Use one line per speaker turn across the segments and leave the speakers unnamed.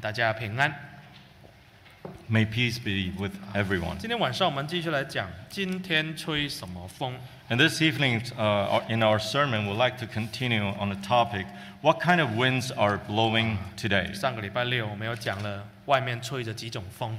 大家平安。
May peace be with everyone.
今天晚上我们继续来讲今天吹什么风。
And this evening, uh, in our sermon, we'd like to continue on the topic what kind of winds are blowing today.
上个礼拜六我们有讲了外面吹着几种风，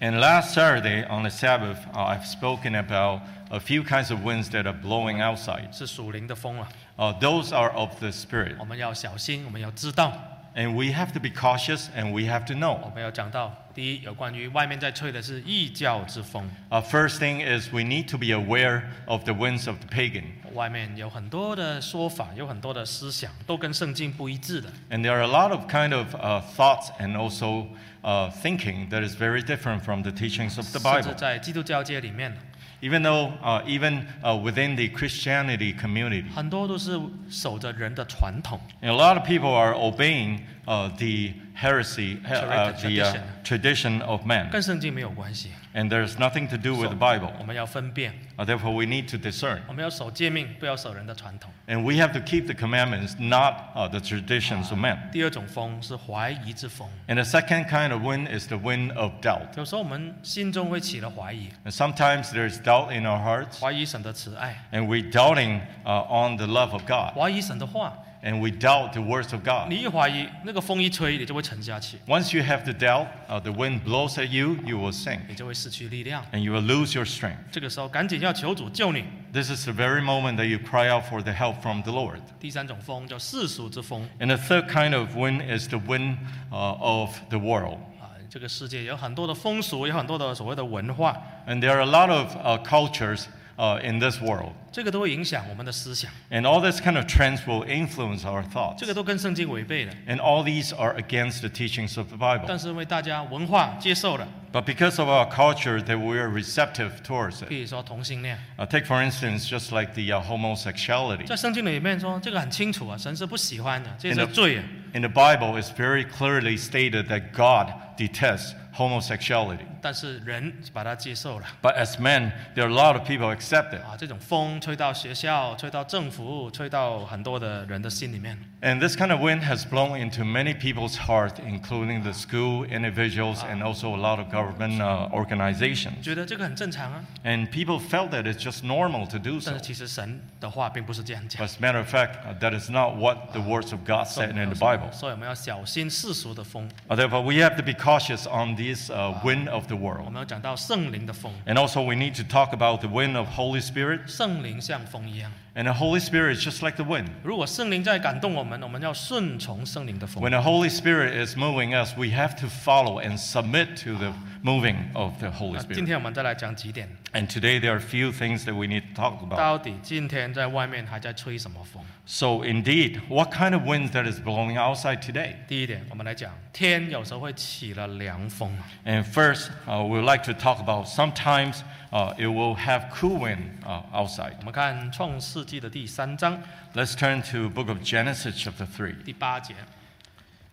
And last Saturday on the Sabbath, uh, I've spoken about a few kinds of winds that are blowing outside.
是属灵的风啊，
Uh, those are of the Spirit.
我们要小心，我们要知道，
And we have to be cautious and we have to
我
know.
们要讲到第一，有关于外面在吹的是异教之风，
Uh, first thing is we need to be aware of the winds of the pagan.
外面有很多的说法，有很多的思想，都跟圣经不一致的。
And there are a lot of kind of uh, thoughts and also uh, thinking that is very different from the teachings of
甚至
the Bible.
在基督教界里面，
Even though, uh, even uh, within the Christianity community,
很多都是守着人的传统，
and a lot of people are obeying uh, the heresy, uh, uh, the uh,
Tradition.
tradition of man.
跟圣经没有关系。
And there's nothing to do with the
我
Bible.
们要分辨，
Uh, therefore, we need to discern.
我们要守诫命，不要守人的传统。
And we have to keep the commandments, not uh, the traditions of men.
第二种风是怀疑之风，
And the second kind of wind is the wind of doubt.
有时候我们心中会起了怀疑，
And sometimes there's doubt in our hearts.
怀疑神的慈爱，
and we're doubting uh, on the love of God,
怀疑神的话。
and we doubt the words of God.
你一怀疑，那个风一吹，你就会沉下去，
Once you have the doubt, uh, the wind blows at you, you will sink,
你就会失去力量。
and you will lose your strength.
这个时候赶紧要求主救你。
This is the very moment that you cry out for the help from the Lord.
第三种风叫世俗之风
And the third kind of wind is the wind uh, of the world.
啊，这个世界有很多的风俗，有很多的所谓的文化，
And there are a lot of uh, cultures uh, in this world,
这个都会影响我们的思想，
and all this kind of trends will influence our thoughts.
这个都跟圣经违背的。
And all these are against the teachings of the Bible.
但是因为大家文化接受了，
But because of our culture, that we are receptive towards it.
比如说同性恋，
Uh, take for instance, just like the uh, homosexuality
在圣经里面说这个很清楚啊，神是不喜欢的，这
真的
是罪啊。
in the Bible, it's very clearly stated that God detests homosexuality.
但是人把它接受了
But as men, there are a lot of people accept it,
啊，这种风吹到学校，吹到政府，吹到很多的人的心里面
and this kind of wind has blown into many people's hearts, including the school individuals and also a lot of government uh,
你
organizations.
觉得这个很正常啊。
And people felt that it's just normal to do
但
so.
是其实神的话并不是这样讲
But。as a matter of fact, uh, that is not what the words of God
所以我
said
们
in
要
the Bible.
所以我们要小心世俗的风。
Uh, Therefore, we have to be cautious on this uh, wind of the world.
我们要讲到圣灵的风，
And also, we need to talk about the wind of Holy Spirit.
圣灵像风一样。
And the Holy Spirit is just like the wind.
如果圣灵在感动我们，我们要顺从圣灵的风。
When the Holy Spirit is moving us, we have to follow and submit to the moving of the Holy
那今
Spirit.
天我们再来讲几点，
And today, there are a few things that we need to talk about.
到底今天在外面还在吹什么风？
So, indeed, what kind of wind that is blowing outside today?
第一点，我们来讲天有时候会起了凉风，
And first, uh, we would like to talk about sometimes uh, it will have cool wind uh,
我
outside.
们看创世纪的第三章
Let's turn to Book of Genesis chapter 3.
第八节，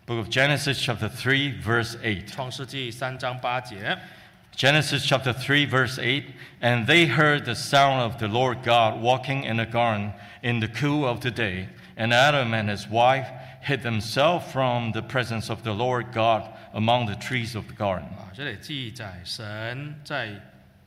Book of Genesis chapter 3, verse 8.
创世纪三章八节，
Genesis chapter 3, verse 8 And they heard the sound of the Lord God walking in the garden in the cool of the day. And Adam and his wife hid themselves from the presence of the Lord God among the trees of the garden.
啊，这里记载神在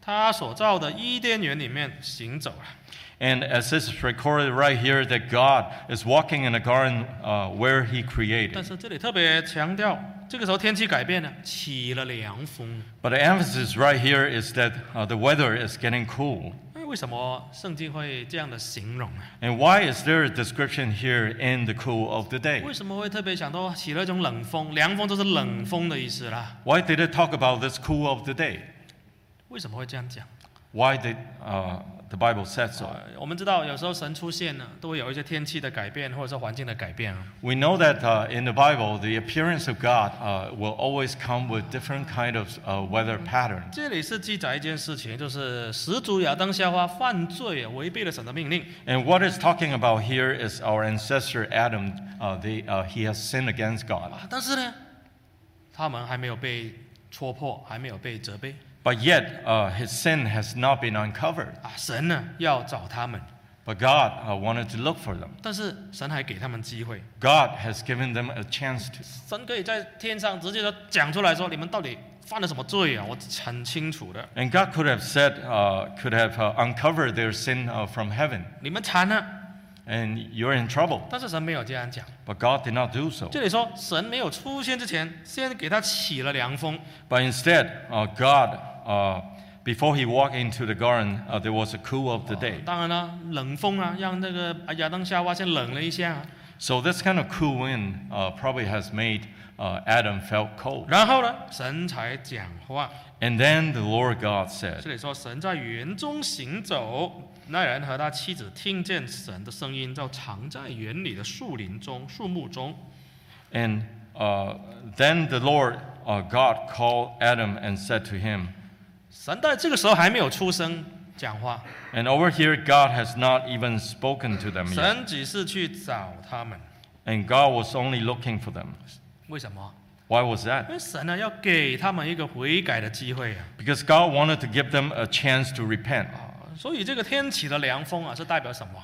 他所造的伊甸园里面行走啊。
And as this is recorded right here, that God is walking in the garden uh, where he
但
created.
是这里特别强调，这个时候天气改变了，起了凉风。
But the emphasis right here is that uh, the weather is getting cool.
哎，为什么圣经会这样的形容啊？
And why is there a description here in the cool of the day?
为什么会特别想到起了一种冷风？凉风就是冷风的意思啦。
Why did it talk about this cool of the day?
为什么会这样讲？
Why did uh, the Bible said so?
呃，我们知道有时候神出现呢，都会有一些天气的改变或者是环境的改变啊。
We know that uh, in the Bible, the appearance of God uh, will always come with different kind of uh, weather patterns.
这里是记载一件事情，就是始祖亚当夏娃犯罪，啊违背了神的命令，
And what it's talking about here is our ancestor Adam. Uh, they, uh, he has sinned against God,
啊，但是呢，他们还没有被戳破，还没有被责备
but yet uh, his sin has not been uncovered.
啊，神呢要找他们，
But God uh, wanted to look for them.
但是神还给他们机会，
God has given them a chance to.
神可以在天上直接的讲出来说，你们到底犯了什么罪啊？我很清楚的，
And God could have said, uh, could have uh, uncovered their sin uh, from heaven,
你们馋了，
and you're in trouble.
但是神没有这样讲。
But God did not do so.
这里说神没有出现之前，先给他起了凉风，
But instead, uh, God, uh, before he walked into the garden, uh, there was a cool of the day.
啊当然啦，冷风啊，让那个啊亚当夏娃先冷了一下啊、
So this kind of cool wind uh, probably has made uh, Adam felt cold.
然后呢，神才讲话。
And then the Lord God
这
said,
里说神在园中行走，那人和他妻子听见神的声音，就藏在园里的树林中、树木中。
and uh, then the Lord uh, God called Adam and said to him,
神在这个时候还没有出声讲话，
and over here God has not even spoken to them yet,
神只是去找他们。
and God was only looking for them.
为什么？
Why was
因
that?
为神呢要给他们一个悔改的机会啊！
Because God wanted to give them a chance to repent.
啊所以这个天起的凉风啊，是代表什么？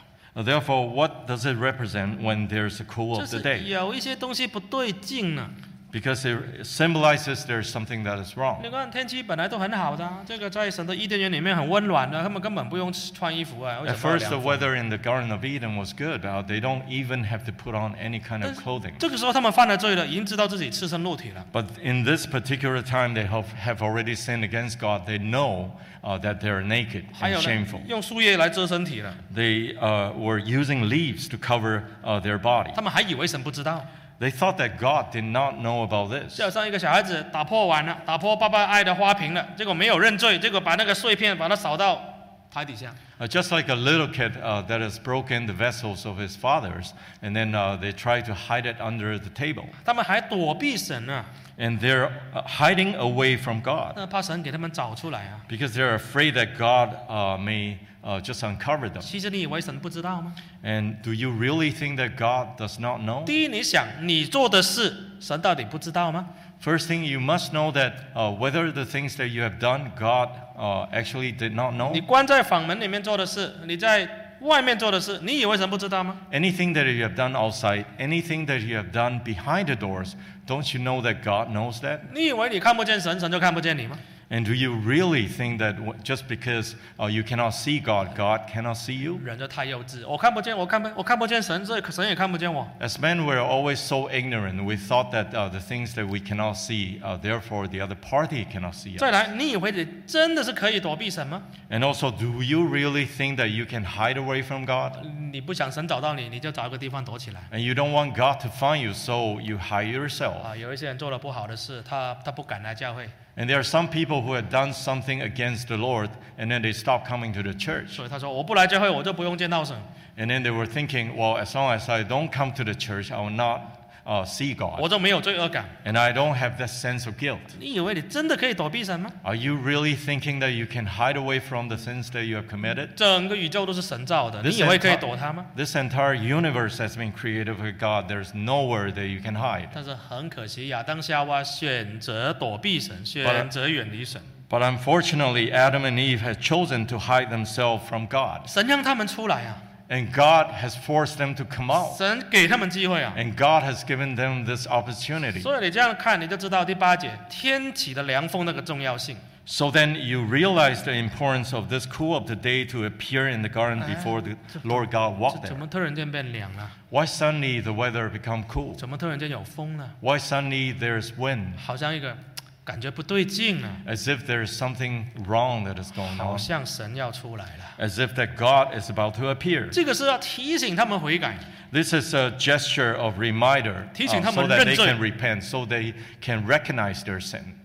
Therefore, what does it represent when there's a cool
就
of the
是
day?
有一些东西不对劲啊呢、
Because it symbolizes there's something that is wrong.
你看天气本来都很好的啊、这个在神的伊甸园里面很温暖的，他们根本不用穿衣服啊。为
At
什么要
first, the
凉风
weather in the Garden of Eden was good. Uh, they don't even have to put on any kind
但
of
是
clothing.
这个时候他们犯了罪了，已经知道自己赤身露体了。
But in this particular time, they have, have already sinned against God. They know uh, that they're naked
还
and
有呢
shameful.，
用树叶来遮身体了，
They uh, were using leaves to cover uh, their body.
他们还以为神不知道，
They thought that God did not know about this.
就好像一个小孩子打破碗了，打破爸爸爱的花瓶了，结果没有认罪，结果把那个碎片把它扫到台底下。
Uh, just like a little kid uh, that has broken the vessels of his father's, and then uh, they try to hide it under the table.
他们还躲避神呢、啊，
And they're uh, hiding away from God
那怕神给他们找出来啊。
because they're afraid that God uh, may uh, just uncover them.
其实你以为神不知道吗？
And do you really think that God does not know?
第一，你想你做的事，神到底不知道吗？
First thing, you must know that uh, whether the things that you have done, God uh, actually did not know.
你关在房门里面做的事，你在外面做的事，你以为神不知道吗？
Anything that you have done outside, anything that you have done behind the doors, don't you know that God knows that?
你以为你看不见神，神就看不见你吗？
And do you really think that w- just because uh, you cannot see God, God cannot see you?
人就太幼稚，我看不见，我看不，我看不见神，所以神也看不见我。
As men, we're always so ignorant. We thought that uh, the things that we cannot see, uh, therefore the other party cannot see
再
us.
来，你以为你真的是可以躲避神吗？
And also, do you really think that you can hide away from God?
你不想神找到你，你就找一个地方躲起来。
And you don't want God to find you, so you hide yourself.
啊，有一些人做了不好的事，他他不敢来教会，
And there are some people who have done something against the Lord, and then they stop coming to the church.
所以他说我不来教会，我就不用见到神，
And then they were thinking, well, as long as I don't come to the church, I will not uh, see
我
God.
就没有罪恶感。
And I don't have that sense of guilt.
你以为你真的可以躲避神吗？
Are you really thinking that you can hide away from the sins that you have committed?
整个宇宙都是神造的，
This
你以为可以躲他吗？
This entire universe has been created by God. There's nowhere that you can hide.
但是很可惜，亚当夏娃选择躲避神，选择远离神，
But unfortunately, Adam and Eve had chosen to hide themselves from God.
神让他们出来啊，
And God has forced them to come out.
神给他们机会啊。
And God has given them this opportunity.
所以你这样看，你就知道第八节天起的凉风那个重要性。
So then you realize the importance of this cool of the day to appear in the garden before the Lord God
这
walked
怎
there.
么突然间变凉了？
Why suddenly the weather become cool?
怎么突然间有风了？
Why suddenly there's wind?
好像一个感觉不对劲啊，
As if there's something wrong that is going
好
on.
像神要出来了。
As if that God is about to appear.
这个是要提醒他们悔改，
This is a gesture of reminder uh,
提醒他们
so that they
认罪。
can repent, so they can recognize their sin.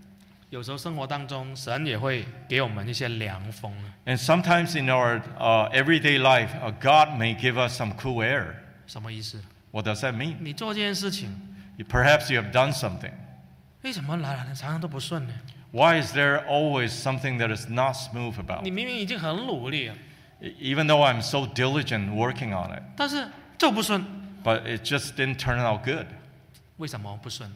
有时候生活当中，神也会给我们一些凉风啊。
And sometimes in our uh, everyday life, uh, God may give us some cool air.
什么意思？
What does that mean?
你做这件事情，
Perhaps you have done something.
为什么来来常常都不顺呢？
Why is there always something that is not smooth about?
你明明已经很努力了，
E- Even though I'm so diligent working on it,
但是就不顺，
but it just didn't turn out good.
为什么不顺？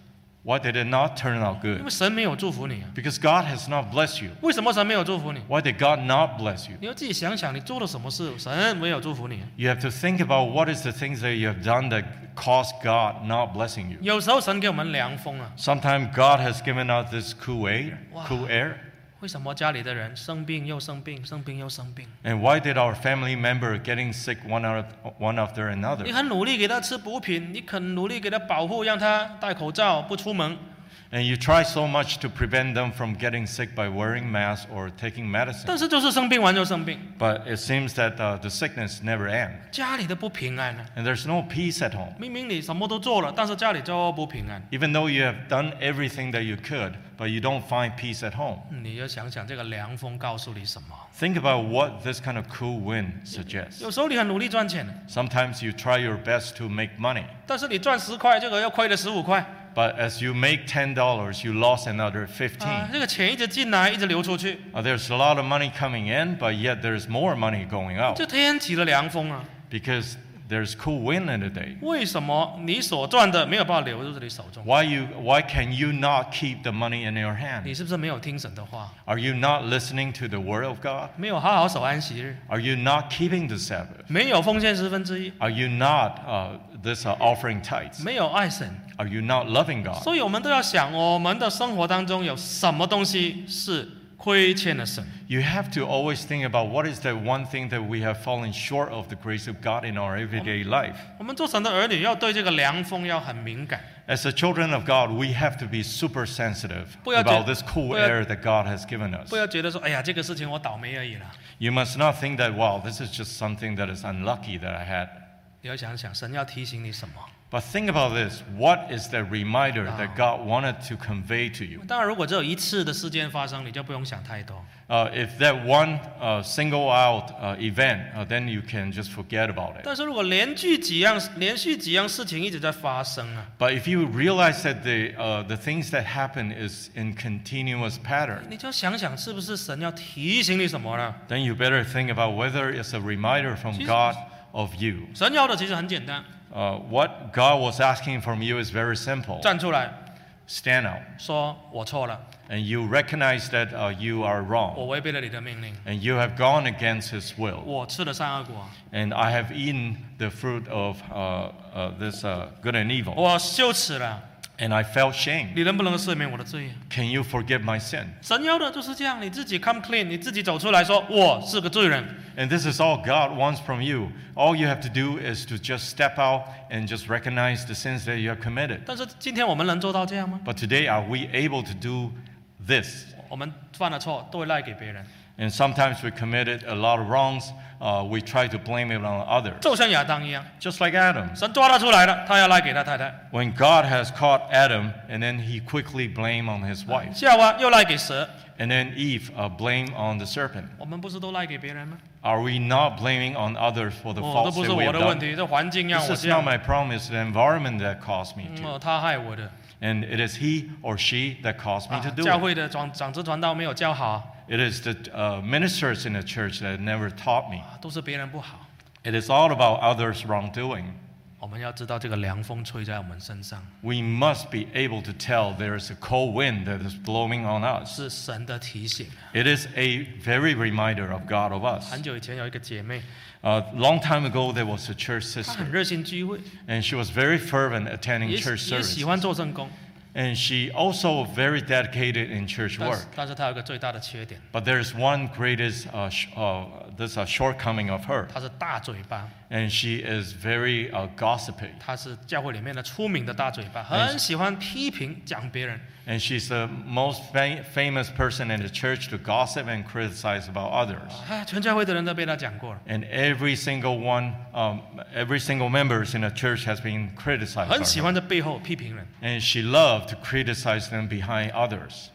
Why did it not turn out
因
good?
为神没有祝福你啊。
Because God has not blessed you.
为什么神没有祝福你？
Why did God not bless you?
你要自己想想，你做了什么事，神没有祝福你。
You have to think about what is the things that you have done that caused God not blessing you.
有时候神给我们凉风啊，
Sometimes God has given us this cool air,
Wow.
cool air.
为什么家里的人生病又生病，生病又生病？
And why did our family member getting sick one, out one after
你
another?
很努力给他吃补品，你肯努力给他保护，让他戴口罩不出门，
And you try so much to prevent them from getting sick by wearing masks or taking
但
medicine.
是就是生病完就生病，
But it seems that uh, the sickness never ends.
家里的不平安啊。
And there's no peace at home.
明明你什么都做了，但是家里就不平安。
Even though you have done everything that you could, but you don't find peace at home.
你要想想这个凉风告诉你什么？
Think about what this kind of cool wind suggests.
有时候你很努力赚钱，
Sometimes you try your best to make money,
但是你赚十块，这个要亏了十五块啊
but as you make $10, you lost another 15.
啊！这个钱一直进来，一直流出去，
Uh, there's a lot of money coming in, but yet there's more money going
这
out
天起了凉风啊！
because there's cool wind in the day.
为什么你所赚的没有办法流入你手中？
Why you why can you not keep the money in your
你
hand?
是不是没有听神的话？
Are you not listening to the word of God?
没有好好守安息日，
Are you not keeping the Sabbath?
没有奉献十分之一，
Are you not uh, this uh, offering tithes?
没有爱神，
Are you not loving God?
所以我们都要想，我们的生活当中有什么东西是亏欠了神？
You have to always think about what is the one thing that we have fallen short of the grace of God in our everyday life.
我们做神的儿女要对这个凉风要很敏感，
As the children of God, we have to be super sensitive
不要觉-
about this cool
不要-
air that God has given us.
不要觉得说，哎呀，这个事情我倒霉而已啦。
You must not think that, wow, this is just something that is unlucky that I had.
你要想想，神要提醒你什么？
But think about this what is the reminder
Wow.
that God wanted to convey to you?
当然，如果只有一次的事件发生，你就不用想太多。
Uh, if that one uh, single out uh, event, uh, then you can just forget about it.
但是如果连续几样、连续几样事情一直在发生啊，
But if you realize that the, uh, the things that happen is in continuous pattern,
你就想想是不是神要提醒你什么了？
then you better think about whether it's a reminder from
Jesus.
God of you.
神要的其实很简单，
Uh, what God was asking from you is very simple
站出来
stand out.
说：“我错了，
And you recognize that uh, you are
我
wrong,
违背了你的命令，
and you have gone against His will,
我吃了善恶果，
and I have eaten the fruit of uh, uh, this uh, good and evil,
我羞耻了。
and I felt shame.
你能不能赦免我的罪？”
Can you forgive my sin?
神要的就是这样，你自己 come clean，你自己走出来说：“我是个罪人，
And this is all God wants from you. All you have to do is to just step out and just recognize the sins that you have committed.
但是今天我们能做到这样吗？
But today, are we able to do this?
我们犯了错都会赖给别人，
And sometimes we committed a lot of wrongs. Uh, we try to blame it on others.
就像亚当一样，
Just like Adam.
神抓他出来了，他要赖给他太太；
When God has caught Adam, and then he quickly blamed on his wife.
夏娃又赖给蛇，
And then Eve uh, blame on the serpent.
我们不是都赖给别人吗？
Are we not blaming on others for the
哦，这
faults
不是
that we
我
have
的问
done?
题，这环境让
This
我
is
这样。
not my problem. It's the environment that caused me
嗯
to.
哦，他害我的。
And it is he or she that caused me
啊
to do
教
it.
会的长长子传道没有教好，
It is the uh, ministers in the church that never taught me.
啊都是别人不好。
It is all about others' wrongdoing.
我们要知道这个凉风吹在我们身上，
We must be able to tell there is a cold wind that is blowing on us.
是神的提醒。
It is a very reminder of God of us.
很久以前有一个姐妹，
A long time ago, there was a church
她
sister,
很热心聚会，
and she was very fervent attending
也
church
也
service.
喜欢做圣工，
And she also very dedicated in church
但是
work.
但是她有一个最大的缺点，
But there's one greatest uh, sh- uh, this uh, shortcoming of her,
她是大嘴巴，
and she is very uh, gossipy.
她是教会里面的出名的大嘴巴，
哎
很喜欢批评讲别人。
And she's the most fam- famous person in the church to gossip and criticize about others.
啊，全教会的人都被她讲过了，
And every single one, um, every single members in the church has been criticized.
很
by
喜
her.
欢在背后批评人，
And she loved to criticize them behind others.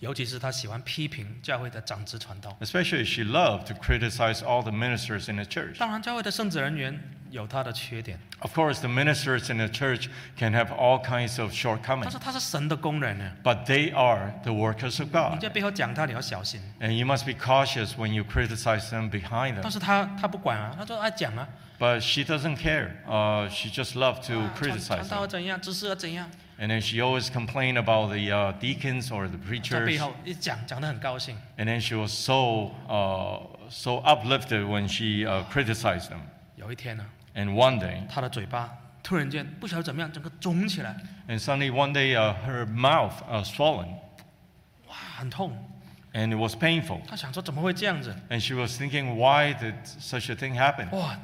尤其是她喜欢批评教会的长子传道。
Especially, she loved to criticize all the ministers in the church.
当然，教会的圣职人员有他的缺点，
Of course, the ministers in the church can have all kinds of
但
shortcomings,
是他是神的工人呢，
but they are the workers of
你在
God.
背后讲他，你要小心。
And you must be cautious when you criticize them behind
但
them.
是他他不管啊，他说爱讲啊，
But she doesn't care. Uh, she just loves to
啊传
criticize
传道
them.
怎样，知识要怎样，
And then she always complained about the uh, deacons or the
在
preachers.
背后一讲讲得很高兴。
And then she was so, uh, so uplifted when she uh, criticized them.
有一天呢，
And one day,
她的嘴巴突然间不晓得怎么样，整个肿起来，
and suddenly one day, uh, her mouth uh, swollen
哇，很痛。
and it was painful.
她想说怎么会这样子？
And she was thinking, why did such a thing happen?
哇，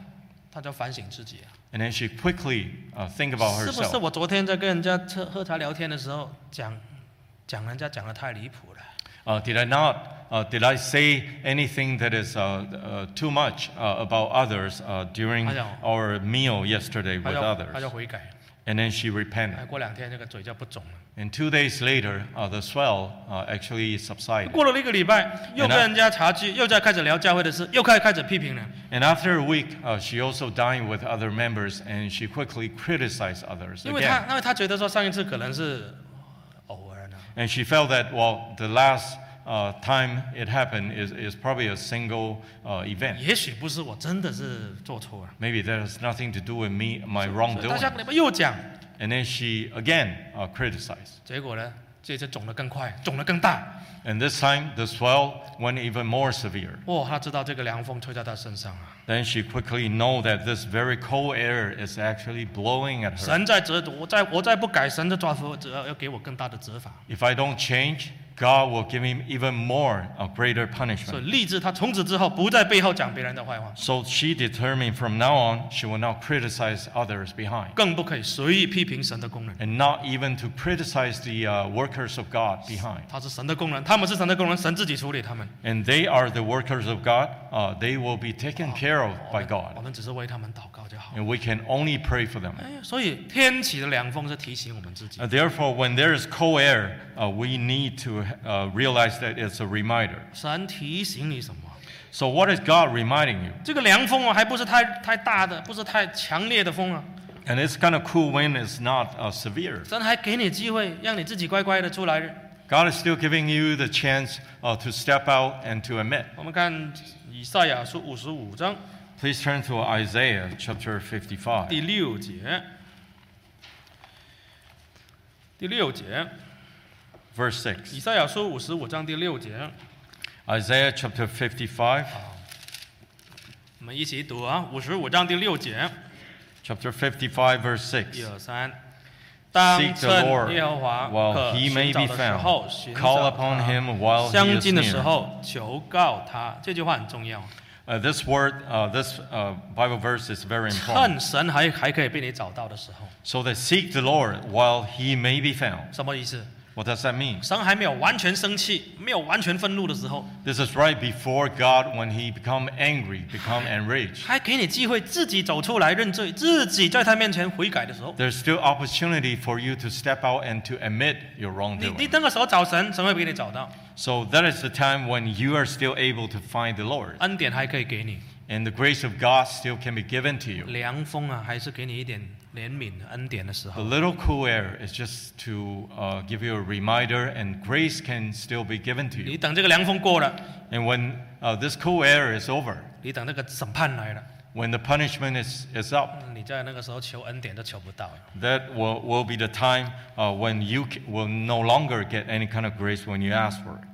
她就反省自己啊，
And then she quickly uh, think about
是不是
herself.
我昨天在跟人家喝喝茶聊天的时候讲讲人家讲的太离谱了？
Uh, did I not? Uh, did I say anything that is uh, uh, too much uh, about others uh, during
I know.
our meal yesterday
她
with
就她就
others?
悔改，
And then she
哎，
repented.
过两天这个嘴就不肿了。
And two days later, uh, the swell uh, actually subsided.
过了一个礼拜，又跟人家茶聚，又在开始聊教会的事，又开开始批评了。
And after a week, uh, she also dined with other members and she quickly criticized others
因为他
again.
因为他觉得说上一次可能是偶尔呢，
And she felt that, well, the last uh, time it happened is, is probably a single uh, event.
也许不是我真的是做错了。
Maybe that has nothing to do with me, my
他
wrongdoing.
下个礼拜又讲，
And then she again uh, criticized.
结果呢，这次肿得更快，肿得更大。
And this time, the swell went even more severe.
哇，他知道这个凉风吹在他身上啊，
Then she quickly know that this very cold air is actually blowing at her.
神在折我再我再不改，神的抓服责要给我更大的责罚。
If I don't change, God will give him even more, a greater
所以
punishment.
立志他从此之后不在背后讲别人的坏话，
So she determined from now on, she will not criticize others behind.
更不可以随意批评神的工人。
and not even to criticize the uh, workers of God behind.
他是神的工人，他们是神的工人，神自己处理他们。
And they are the workers of God. Uh, they will be taken care of
我
by
们我
God.
们只是为他们祷告就好。
And we can only pray for them.
哎，所以天启的凉风是提醒我们自己
Uh,，therefore, when there is cold air, uh, we need to uh, realize that it's a reminder.
神提醒你什么？
So, what is God reminding you?
这个凉风啊，还不是太太大的，不是太强烈的风啊。
And it's kind of cool when it's not uh, severe.
神还给你机会，让你自己乖乖的出来。
God is still giving you the chance uh, to step out and to admit.
我们看以赛亚书五十五章
Please turn to Isaiah chapter 55.
第六节，第六节，
Verse 6.
以赛亚书五十五章第六节，
Isaiah chapter 55,
我们一起读啊，五十五章第六节，
chapter 55, verse 6.
一二三。当
Seek the
趁
Lord
耶和华
while
可
he
寻
may be
找的时候
found.
寻
Call
找
upon
他。
him while
相
he
近的时
is near.
候求告他，这句话很重要。
Uh, this word, uh, this uh, Bible verse is very
趁
important.
神还还可以被你找到的时候，
So that seek the Lord while he may be found.
什么意思？
What does that mean?
神还没有完全生气，没有完全愤怒的时候，
This is right before God when he become angry, become enraged.
还给你机会自己走出来认罪，自己在他面前悔改的时候，
There's still opportunity for you to step out and to admit your
你你
wrongdoing.
那个时候找神，神会给你找到，
So that is the time when you are still able to find the Lord.
恩典还可以给你，
And the grace of God still can be given to you.
凉风啊，还是给你一点怜悯恩典的时
The
候。
little cool air is just to uh, give you a reminder, and grace can still be given to
你
you.
等这个凉风过了，
And when uh, this cool air is over,
你等那个审判来了，
when the punishment is, is up,
嗯你在那个时候求恩典都求不到了。
that will, will be the time uh, when you c- will no longer get any kind of grace when you ask for it.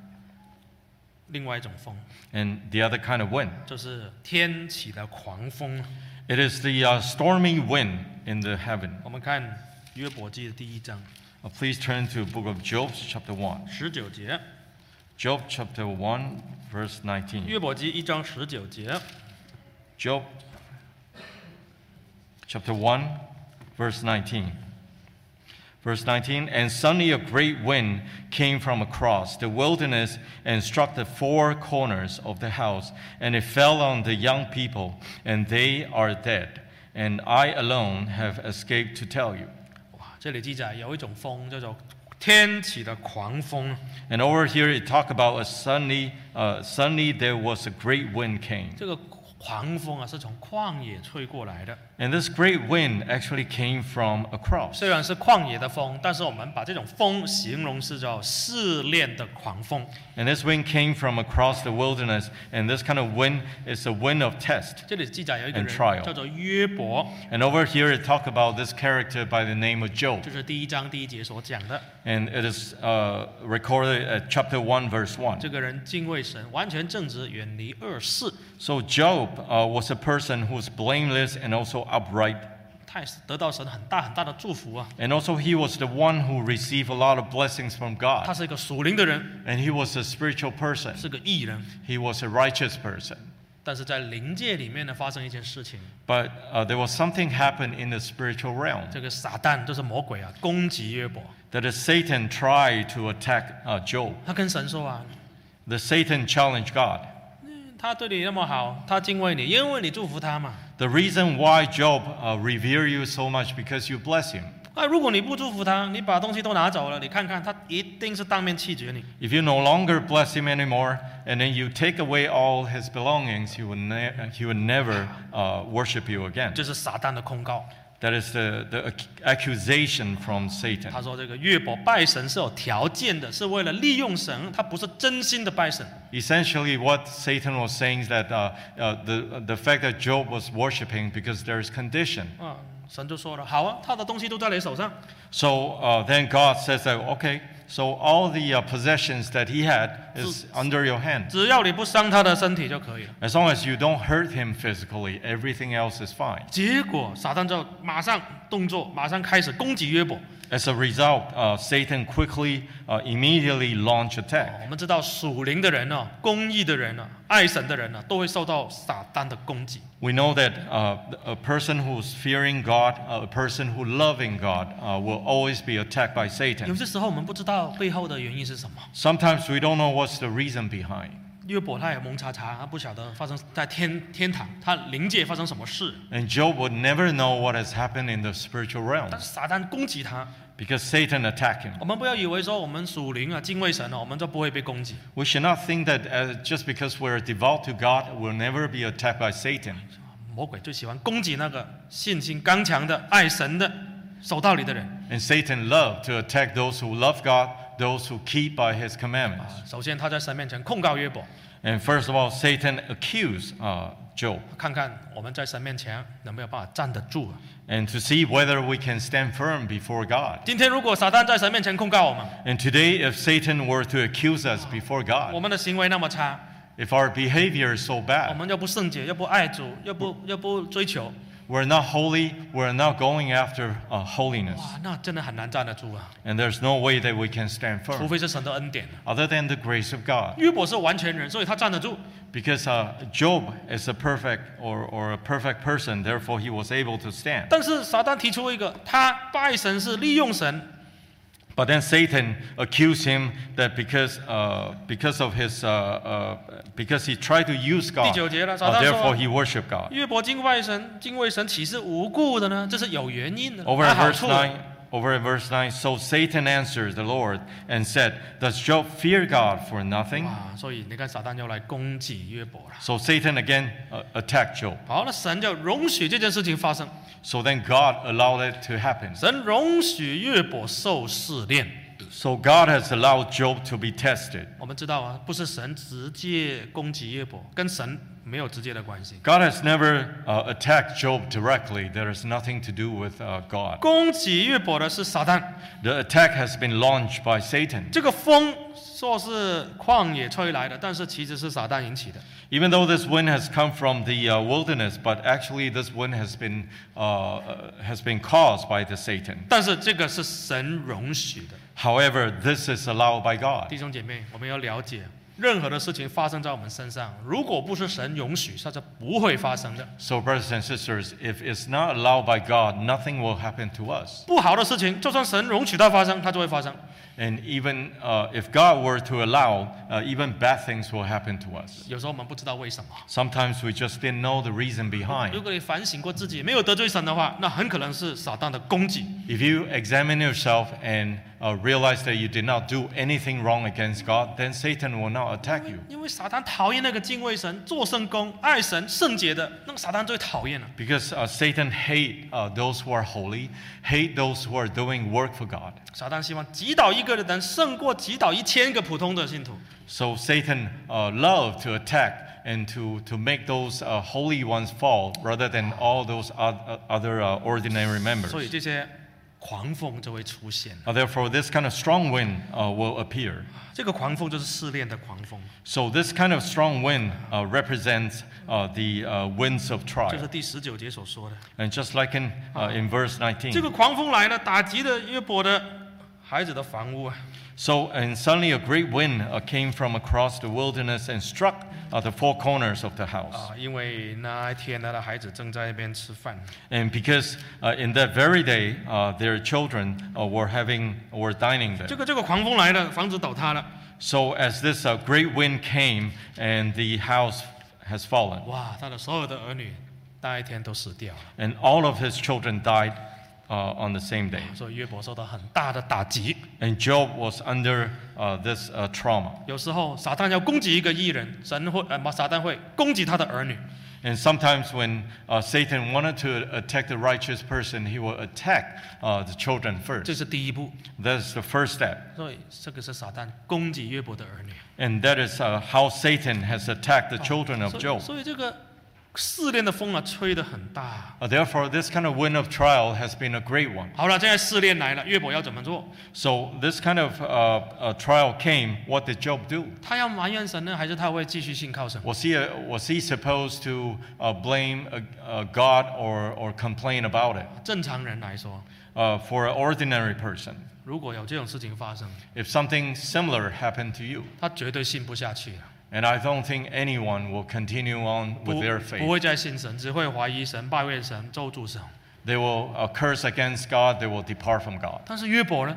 另外一种风，
And the other kind of wind.
就是天起的狂风。啊
It is the uh, stormy wind in the heaven.
我们看约伯记的第一章
Uh, please turn to book of Job, chapter 1.
十九节，
Job, chapter 1, verse 19.
约伯记一章十九节，
Job, chapter 1, verse 19. Verse 19, and suddenly a great wind came from across the wilderness and struck the four corners of the house, and it fell on the young people, and they are dead. And I alone have escaped to tell you.
哇，这里记载有一种风叫做天起的狂风，
And over here it talk about a suddenly, uh, suddenly there was a great wind came.
这个狂风啊是从旷野吹过来的，
And this great wind actually came from a cross.
虽然是旷野的风，但是我们把这种风形容是叫试炼的狂风。
And this wind came from across the wilderness. And this kind of wind is a wind of test.
这里记载有一个
And
人
trial
叫做约伯，
And over here it talk about this character by the name of Job.
就是第一章第一节所讲的，
And it is uh, recorded at chapter 1, verse 1.
这个人敬畏神，完全正直，远离恶事，
So Job uh, was a person who was blameless and also upright.
太得到神很大很大的祝福啊。
And also he was the one who received a lot of blessings from
他
God.
是一个属灵的人，
And he was a spiritual person.
是个艺人，
He was a righteous person.
但是在灵界里面呢，发生一件事情，
But uh, there was something happened in the spiritual realm
这个撒旦就是魔鬼啊，攻击约伯。
that is Satan tried to attack uh, Job.
他跟神说啊，
The Satan challenged God.
他对你那么好，他敬畏你，因为你祝福他嘛。
The reason why Job uh, revere you so much because you bless him.
啊，如果你不祝福他，你把东西都拿走了，你看看他一定是当面气绝你。
If you no longer bless him anymore, and then you take away all his belongings, he will, ne- he will never uh, worship you again.
这是撒旦的控告。
That is the, the ac- accusation from Satan.
他说这个约伯拜神是有条件的，是为了利用神，他不是真心的拜神。
Essentially, what Satan was saying is that uh, uh, the, the fact that Job was worshiping because there is condition.
啊，神就说了，好啊，他的东西都在你手上，
So uh, then God says that, okay, so all the uh, possessions that he had is under your hand.
只要你不伤他的身体就可以了。
As long as you don't hurt him physically, everything else is fine.
结果撒旦就马上动作，马上开始攻击约伯。
As a result, uh, Satan quickly, uh, immediately launched attack.
我们知道属灵的人呢、公义的人呢、爱神的人呢、啊都会受到撒旦的攻击。
We know that uh, a person who's fearing God, uh, a person who loving God, uh, will always be attacked by
有
Satan.
些时候我们不知道背后的原因是什么。
Sometimes we don't know what's the reason behind.
约伯他也蒙查查，他不晓得发生在天天堂，他灵界发生什么事，
And Job would never know what has happened in the spiritual realm
但是撒旦攻击他。
because Satan attacked him.
我们不要以为说我们属灵啊、敬畏神啊，我们就不会被攻击。
We should not think that uh, just because we're devout to God, we'll never be attacked by Satan.
魔鬼最喜欢攻击那个信心刚强的、爱神的、守道理的人。
And Satan loved to attack those who love God, those who keep by his commandments.
首先，他在神面前控告约伯，
And first of all, Satan accused uh, Job,
看看我们在神面前能没有办法站得住、啊。
and to see whether we can stand firm before God.
今天如果撒旦在神面前控告我们，
And today, if Satan were to accuse us before
我
God,
们的行为那么差，
if our behavior is so
我
bad,
们又不圣洁，又不爱主，又不又不追求，
we're not holy, we're not going after uh, holiness,
哇，啊那真的很难站得住啊！
and there's no way that we can stand
除
firm
非是神的恩典。啊
other than the grace of God.
约伯是完全人，所以他站得住。
Because uh, Job is a perfect or, or a perfect person, therefore he was able to stand.
但是撒旦提出一个，他拜神是利用神，
But then Satan accused him that because uh, because of his uh, uh, because he tried to use God,
第九节了，
uh,
撒旦说，
therefore he worshiped God.
约伯敬拜神，敬畏神岂是无故的呢？这是有原因的，他
Over in
好
verse
处。
nine. Over in verse 9, so Satan answered the Lord and said, Does Job fear God for nothing?
哇，啊所以你看撒旦又来攻击约伯了。
So Satan again uh, attacked Job.
好，那神就容许这件事情发生，
So then God allowed it to happen.
神容许约伯受试炼。
So God has allowed Job to be tested.
我们知道啊，不是神直接攻击约伯，跟神没有直接的关系。
God has never uh, attacked Job directly. There is nothing to do with uh, God.
攻击约伯的是撒旦，
The attack has been launched by Satan.
这个风说是旷野吹来的，但是其实是撒旦引起的。
Even though this wind has come from the uh, wilderness, but actually this wind has been, uh, uh, has been caused by the Satan.
但是这个是神容许的，
However, this is allowed by
弟
God.
兄姐妹，我们要了解，任何的事情发生在我们身上，如果不是神容许，它是不会发生的。
So, brothers and sisters, if it's not allowed by God, nothing will happen to us.
不好的事情，就算神容许它发生，它就会发生。
And even uh, if God were to allow, uh, even bad things will happen to us.
有时候我们不知道为什么。
Sometimes we just didn't know the reason
如
behind.
果你反省过自己没有得罪神的话，那很可能是撒旦的攻击。
If you examine yourself and uh, realize that you did not do anything wrong against God, then Satan will not attack you.
因为撒旦讨厌那个敬畏神、做圣功、爱神、圣洁的，那个撒旦最讨厌了。
Because uh, Satan hate uh, those who are holy, hate those who are doing work for God.
撒旦希望击倒一个人，胜过击倒一千个普通的信徒。
So Satan uh, love to attack and to, to make those uh, holy ones fall rather than all those oth- other uh, ordinary
所以
members.
这些狂风就会出现了。
Uh, therefore, this kind of strong wind uh, will appear.
这个狂风就是试炼的狂风，
So this kind of strong wind uh, represents uh, the uh, winds of
就是
trial.
第十九节所说的。
And just like in, uh, in verse
这个
19.
狂风来了，打击了约伯的孩子的房屋啊。
So, and suddenly a great wind uh, came from across the wilderness and struck uh, the four corners of the house.
啊，因为那一天他的孩子正在那边吃饭，
And because uh, in that very day, uh, their children uh, were having, were dining
这
there.
个这个狂风来了，房子倒塌了，
So as this uh, great wind came and the house has fallen
哇，他的所有的儿女那一天都死掉了，
and all of his children died uh, on the same day.
所以约伯受到很大的打击。
And Job was under uh, this uh, trauma.
有时候撒旦要攻击一个艺人，神会呃，不撒旦会攻击他的儿女。
And sometimes when uh, Satan wanted to attack the righteous person, he will attack uh, the children
这
first.
是第一步，
That's the first step.
所以这个是撒旦攻击约伯的儿女。
And that is uh, how Satan has attacked the children of
所以
Job.
所以这个试炼的风啊，吹得很大。
Uh, Therefore, this kind of wind of trial has been a great one.
好了，现在试炼来了，约伯要怎么做？
So this kind of uh, uh, trial came. What did Job do?
他要埋怨神呢，还是他会继续信靠神？
Was he, uh, was he supposed to uh, blame uh, uh, God or, or complain about it?
正常人来说，
Uh, for an ordinary person,
如果有这种事情发生，
if something similar happened to you,
他绝对信不下去啊了，
and I don't think anyone will continue on
不
with their
不
faith,
会再信神，只会怀疑神、拜怨神、咒诅神。
they will uh, curse against God, they will depart from God.
但是约伯呢？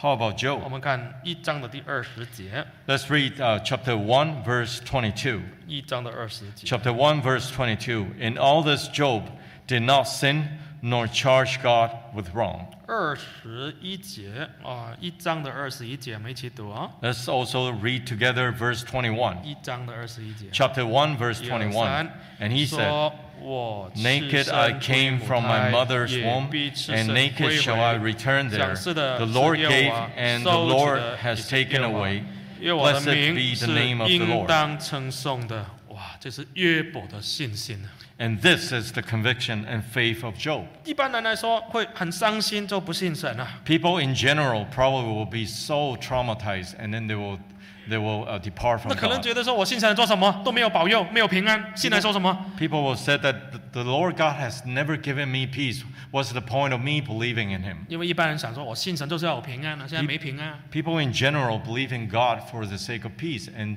How
我
about Job?
们看一章的第二十节，
Let's read uh, chapter 1, verse 22.
一章的二十节。
Chapter 1, verse 22. In all this, Job did not sin nor charge God with wrong.
二十一节啊，一章的二十一节，我们一起读啊，
Let's also read together verse 21.
一章的二十一节。
Chapter 1, verse
一二三
21. And he said,
说我赤
Naked
身
I
出
came
母
from
胎
my mother's
也
womb,
必赤
and
身
naked
归
shall
回
I
讲
return there.
是的
The
是
Lord
耶
gave,
和华
and the
收取
Lord
的
has
也是耶
taken
和华
away.
耶和华的
Blessed be
名是
the name of the
应
Lord.
当称颂的。哇，这是约伯的信心啊！
And this is the conviction and faith of Job.
一般人来说会很伤心，就不信神啊。
People in general probably will be so traumatized, and then they will, they will uh, depart from
那可能
God.
觉得说我信神做什么都没有保佑，没有平安，信来说什么？
People will say that "The- the Lord God has never given me peace. What's the point of me believing in Him?
因为一般人想说我信神就是要有平安啊，现在没平安啊。
People in general believe in God for the sake of peace, and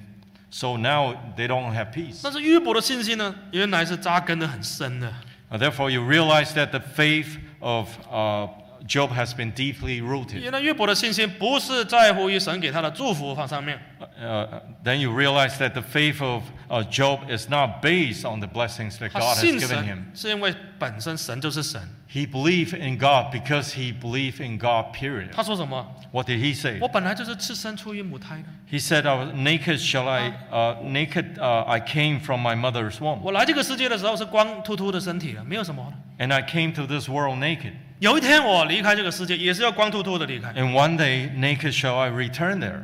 so now they don't have peace.
但是约伯的信心呢，原来是扎根的很深的。
Uh, Therefore, you realize that the faith of uh, Job has been deeply
原
rooted.
来约伯的信心不是在乎于神给他的祝福放上面，
Uh, then you realize that the faith of uh, Job is not based on the blessings that
他
God
信
has given him.
神是因为本身神就是神。
He believed in God because he believed in God, period.
他说什么？
What did he say?
我本来就是赤身出于母胎的，
He said, I was naked shall I, uh, naked uh, I came from my mother's womb,
我来这个世界的时候是光秃秃的身体了，没有什么的。
and I came to this world naked.
有一天我离开这个世界，也是要光秃秃的离开。
And one day, naked shall I return there.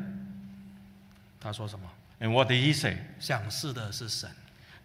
他说什么？
And what did he say?
想是的是神，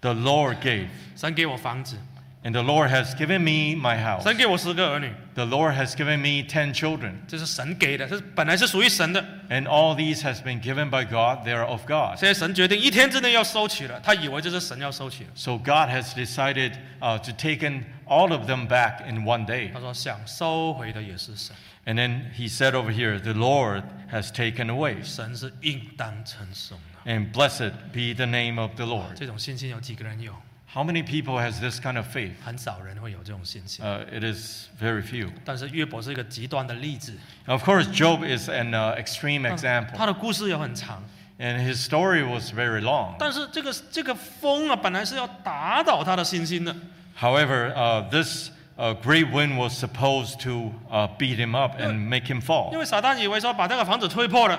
The Lord gave,
神给我房子，
and the Lord has given me my house.
神给我十个儿女，
The Lord has given me ten children,
这是神给的，这是本来是属于神的。
and all these has been given by God. They are of God.
现在神决定一天之内要收取了，他以为这是神要收取了。
So God has decided uh, to take in all of them back in one day.
他说想收回的也是神，
And then he said over here, The Lord has taken away,
神是应当称颂的。
and blessed be the name of the Lord.
这种信心有几个人有？
How many people has this kind of faith?
很少人会有这种信心。
Uh, it is very few.
但是约伯是一个极端的例子，
Of course, Job is an uh, extreme
他
example.
的故事也很长，
And his story was very long.
但是这个这个风啊，本来是要打倒他的信心的，
However, uh, this uh, great wind was supposed to uh, beat him up and make him
因
fall
为撒旦以为说把这个房子推破了，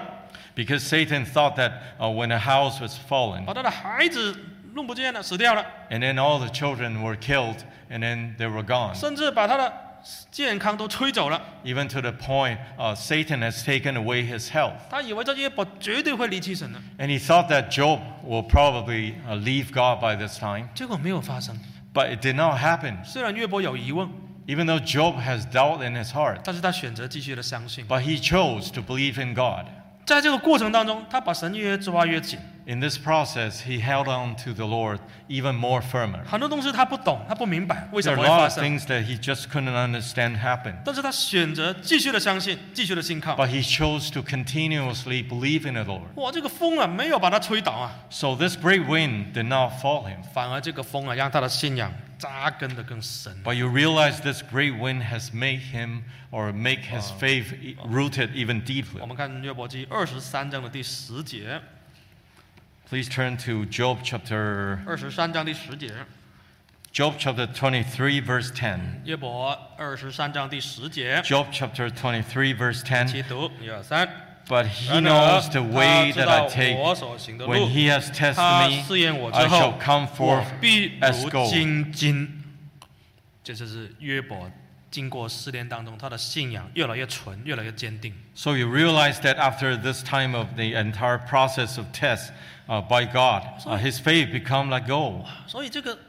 because Satan thought that uh, when a house was fallen
把他的孩子弄不见了，死掉了，
and then all the children were killed and then they were gone,
甚至把他的健康都吹走了。
even to the point uh, Satan has taken away his health.
他以为这耶伯绝对会离弃神的，
And he thought that Job will probably uh, leave God by this time,
结果没有发生。
but it did not happen.
虽然约伯有疑问，
Even though Job has doubt in his heart,
但是他选择继续的相信。
but he chose to believe in God.
在这个过程当中，他把神越抓越紧，
In this process, he held on to the Lord even more firmer.
很多东西他不懂，他不明白为什
There are
么
a
会发
lot of
生，
things that he just couldn't understand happened,
但是他选择继续的相信，继续的信靠。
but he chose to continuously believe in the Lord.
哇，这个风啊，没有把他吹倒啊，
So this great wind did not fall him.
反而这个风啊，让他的信仰扎根的更深。
But you realize this great wind has made him or make his faith e- rooted even
我
deeply.
们看约伯记二十三章的第十节，
Please turn to Job chapter
二十三章第十节，
Job chapter 23 verse 10.
约伯二十三章第十节，
Job chapter 23 verse
起
10.
读一二三。
But he
然而
knows the
他
way
知
that
道
I take.
我所行的
When
路。
he has tested
他
me,
试验我之
I
后
shall come，
我
forth
必
as
如
gold.
金金。这就是约伯经过试炼当中，他的信仰越来越纯，越来越坚定。
So you realize that after this time of the entire process of test uh, by God, uh, his faith become like gold.
所以这个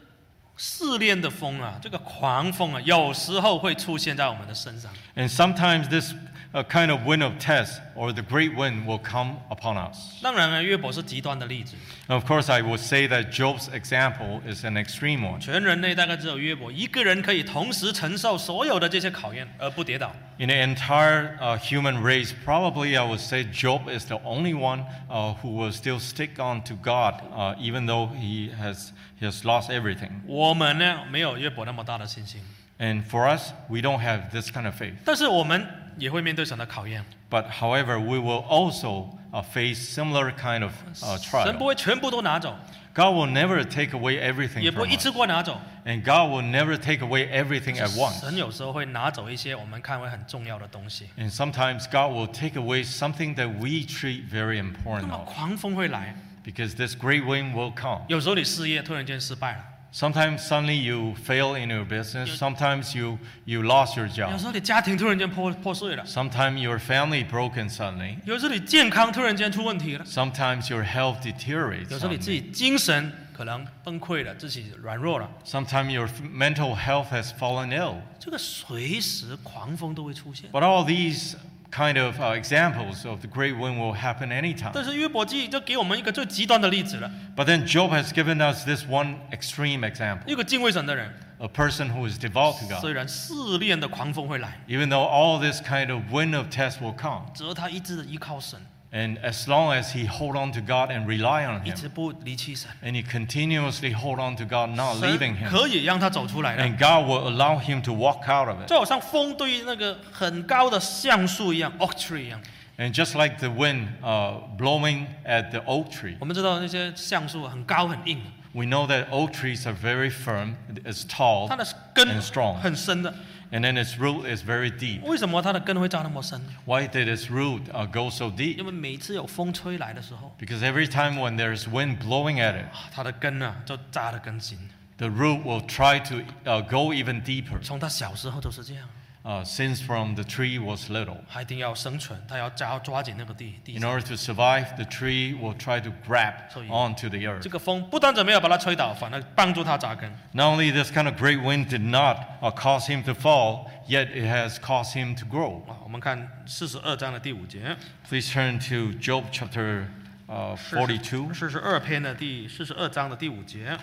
试炼的风啊，这个狂风啊，有时候会出现在我们的身上。
And sometimes this uh, kind of wind of test or the great wind will come upon us.
当然了，约伯是极端的例子，
And of course, I would say that Job's example is an extreme one.
全人类大概只有约伯一个人可以同时承受所有的这些考验而不跌倒。
In the entire uh, human race, probably I would say Job is the only one uh, who will still stick on to God, uh, even though he has, he has lost everything.
我们呢，没有约伯那么大的信心，
And for us, we don't have this kind of faith.
但是我们也会面对神的考验。
But however, we will also uh, face similar kind of uh,
神不
trial.
会全部都拿走，
God will never take away everything
也不
from
会一次
us,
过拿走。
and God will never take away everything at once.
神有时候会拿走一些我们看为很重要的东西。
And sometimes God will take away something that we treat very
那
important
么
of,
狂风会来，
because this great wind will come.
有时候你事业突然间失败了，
Sometimes suddenly you fail in your business. Sometimes you you lost your
有
job.
时候你家庭突然间破破碎了，
Sometimes your family broken suddenly.
有时候你健康突然间出问题了，
Sometimes your health deteriorates.
有时候你自
Suddenly.
己精神可能崩溃了，自己软弱了。
Sometimes your f- mental health has fallen ill.
这个随时狂风都会出现。
But all these kind of uh, examples of the great wind will happen anytime.
但是约伯记就给我们一个最极端的例子了，
But then Job has given us this one extreme example,
一个敬畏神的人，
a person who is devout to
虽
God.
然试炼的狂风会来，
Even though all this kind of wind of test will come,
只要他一直的依靠神，
and as long as he hold on to God and rely on
一
Him,
直不离弃神，
and he continuously hold on to God, not leaving
神
Him,
可以让他走出来的。
and God will allow him to walk out of it.
就好像风对于那个很高的橡树一样，oak tree 一样。
And just like the wind uh, blowing at the oak tree,
我们知道那些橡树很高很硬，
we know that oak trees are very firm, it's tall,
它的根
and strong.
很深的。
and then its root is very deep.
为什么它的根会扎那么深？
Why did its root uh, go so
因
deep?
为每次有风吹来的时候，
Because every time when there's wind blowing at it,
啊它的根啊就扎得更紧。
the root will try to uh, go even deeper.
从它小时候就是这样，
Uh, since from the tree was little,
它一定要生存，它要抓抓紧那个地地
in
上。
order to survive, the tree will try to grab
So you-
onto the earth.
这个风不单止没有把它吹倒，反而帮助它扎根。
Not only this kind of great wind did not uh, cause him to fall, yet it has caused him to grow.
啊，我们看四十二章的第五节，
Please turn to Job chapter uh, 42.
四十二篇的第四十二章的第五节，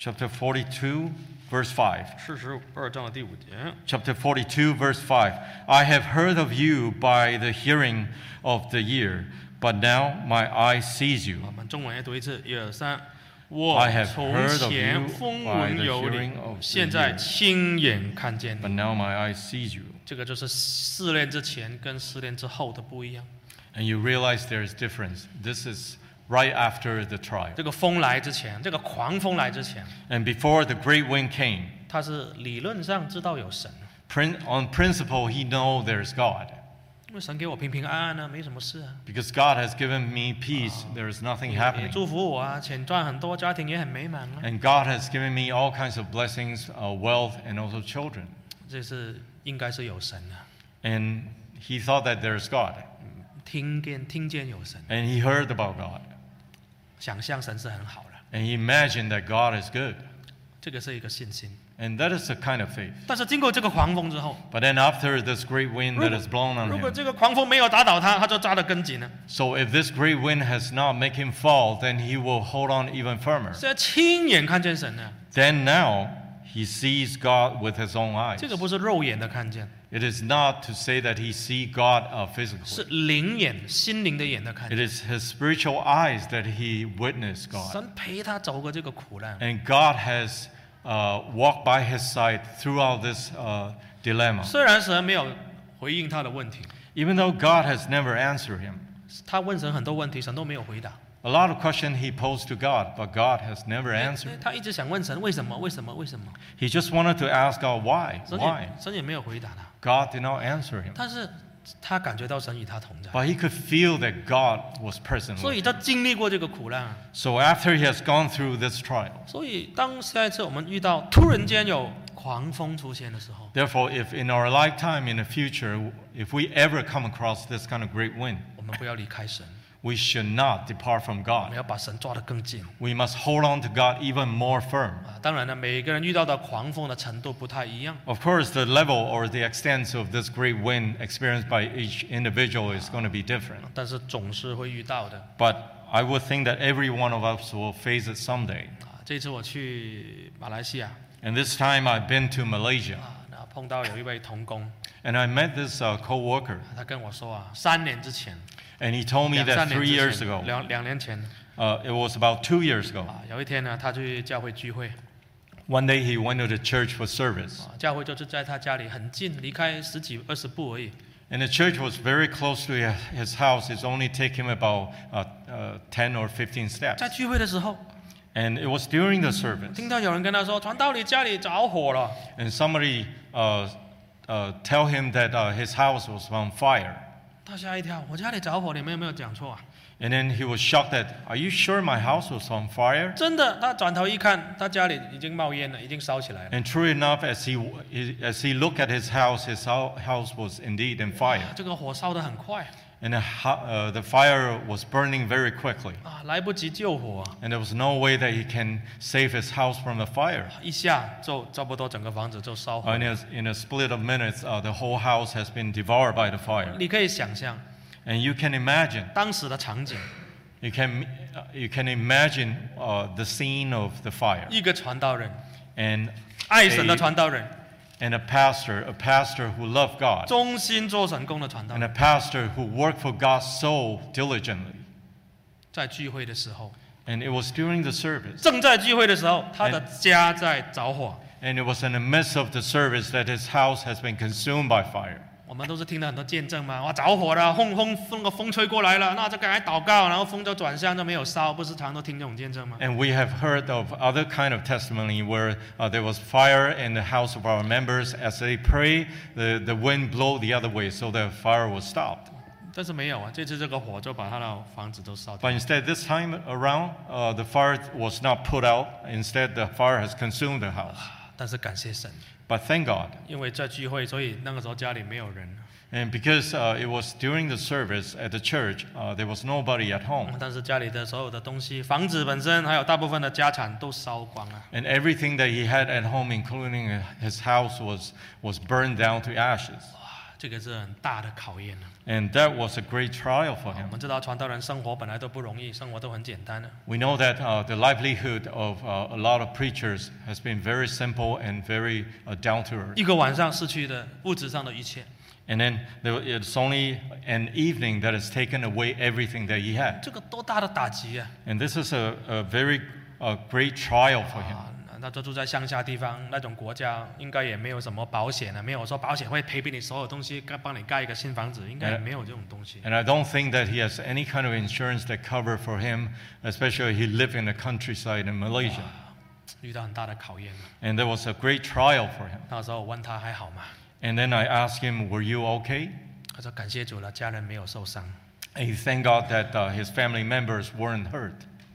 Chapter 42, verse 5.
四十二章的第五节。
Chapter 42, verse 5. I have heard of you by the hearing of the ear, but now my eye sees you.
我们中文来读一次，一二三。我
I have
从
heard of
前
you
风
by
闻
the
有
hearing
你
of，the
现在
ear.
亲眼看见
But
你。
now my eye sees you.
这个就是试炼之前跟试炼之后的不一样。
and you realize there is difference. This is right after the trial.
这个风来之前，这个狂风来之前，
And before the great wind came,
他是理论上知道有神，
prin- on principle, he know there's God.
因为神给我平平安安呢、没什么事啊，
Because God has given me peace, there is nothing
也
happening.
祝福我啊，钱赚很多，家庭也很美满啊，
And God has given me all kinds of blessings, uh, wealth, and also children.
这是应该是有神啊，
And he thought that there's God.
听见听见有神，
And he heard about God.
想象神是很好的，
And he imagined that God is good.
这个是一个信心。
And that is the kind of faith.
但是经过这个狂风之后，
But then after this great wind that is blown on
如果
him,
这个狂风没有打倒他，他就扎得更紧了。
so if this great wind has not made him fall, then he will hold on even firmer.
现在亲眼看见神呢、
Then now he sees God with his own eyes.
这个不是肉眼的看见，
It is not to say that he see God uh,
是
physically.
灵眼、心灵的眼的看
It
见。
is his spiritual eyes that he witnessed God.
神陪他走过这个苦难，
And God has uh, walked by his side throughout this uh, dilemma.
虽然神没有回应他的问题，
Even though God has never answered him.
他问神很多问题，神都没有回答。
A lot of questions he posed to God, but God has never
因为
answered.
他一直想问神为什么，为什么，为什么，
He just wanted to ask God why,
神
why.
也神也没有回答他。
God did not answer him.
但是他感觉到神与他同在，
But he could feel that God was present.
所
With
以
him.
他经历过这个苦难。
So after he has gone through this trial,
所以当下一次我们遇到突然间有狂风出现的时候，
therefore, if in our lifetime, in the future, if we ever come across this kind of great wind,
我们不要离开神，
we should not depart from
我们
God.
要把神抓得更近
We must hold on to God even more firm.
啊！当然了，每个人遇到的狂风的程度不太一样，
Of course, the level or the extent of this great wind experienced by each individual is going to be different.
但是总是会遇到的
But I would think that every one of us will face it someday.
啊！这次我去马来西亚
And this time I've been to Malaysia
啊，那碰到有一位童工，
and I met this uh, co worker
他跟我说啊，三年之前，
and he told me
两
that
三
three
年
years
之前，
ago,
两两年前
uh, it was about two years ago,
啊，有一天呢，他去教会聚会
one day he went to the church for service.
啊，教会就是在他家里很近，离开十几二十步而已
And the church was very close to his house. It's only take him about uh, uh, 10 or 15steps.
在聚会的时候，
And it was during the service.
听到有人跟他说，传道你家里着火了。
And somebody uh, uh, tell him that uh, his house was on fire.
他吓一跳，我家里着火，你们有没有讲错啊？
And then he was shocked that, are you sure my house was on fire?
真的，他转头一看，他家里已经冒烟了，已经烧起来了。
And true enough, as he, as he looked at his house, his hou- house was indeed in fire.
这个火烧得很快
And the, ho- uh, the fire was burning very quickly.
啊，来不及救火、啊，
And there was no way that he can save his house from the fire.
啊一下就差不多整个房子就烧毁。
In a, in a split of minutes, uh, the whole house has been devoured by the fire.
你可以想象
And you can imagine,
当时的场景，
you can, uh, you can imagine uh, the scene of the fire.
一个传道人，
And
爱神的传道人，
and a pastor, a pastor who loved God,
忠心做神工的传道
and
人，
a pastor who worked for God so diligently.
在聚会的时候，
And it was during the service,
正在聚会的时候，他的家在着火。
and it was in the midst of the service that his house has been consumed by fire.
我们都是听到很多见证嘛，哇，着火了，轰轰，风个风吹过来了，那就赶快祷告，然后风就转向，就没有烧，不是常都听这种见证吗？
And we have heard of other kind of testimony where uh, there was fire in the house of our members. As they pray, the, the wind blow the other way, so the fire was stopped.
但是没有啊，这次这个火就把他的房子都烧掉。
But instead, this time around, uh, the fire was not put out. Instead, the fire has consumed the house.
但是感谢神，
But thank God,
因为在聚会，所以那个时候家里没有人。
And because uh, it was during the service at the church, uh, there was nobody at
嗯
home.
但是家里的所有的东西，房子本身还有大部分的家产都烧光了。
And everything that he had at home, including uh, his house, was, was burned down to ashes.
哇，这个是很大的考验啊！
And that was a great trial for
我
him.
们知道传道人生活本来都不容易，生活都很简单的、啊
We know that uh, the livelihood of uh, a lot of preachers has been very simple and very uh, down to earth.
一个晚上失去的物质上的一切，
And then there, it's only an evening that has taken away everything that he had.
这个多大的打击啊！
And this is a, a very uh, great trial for him.
啊，那他都住在乡下地方，那种国家应该也没有什么保险啊，没有说保险会赔赔你所有东西，该帮你盖一个新房子，应该也没有这种东西。
And I don't think that he has any kind of insurance that cover for him, especially he lived in the countryside in Malaysia.
遇到很大的考验，啊
And there was a great trial for him.
那时候我问他还好吗？
And then I asked him, Were you okay?
他说感谢主了，家人没有受伤。
And he thanked God that uh, his family members weren't hurt.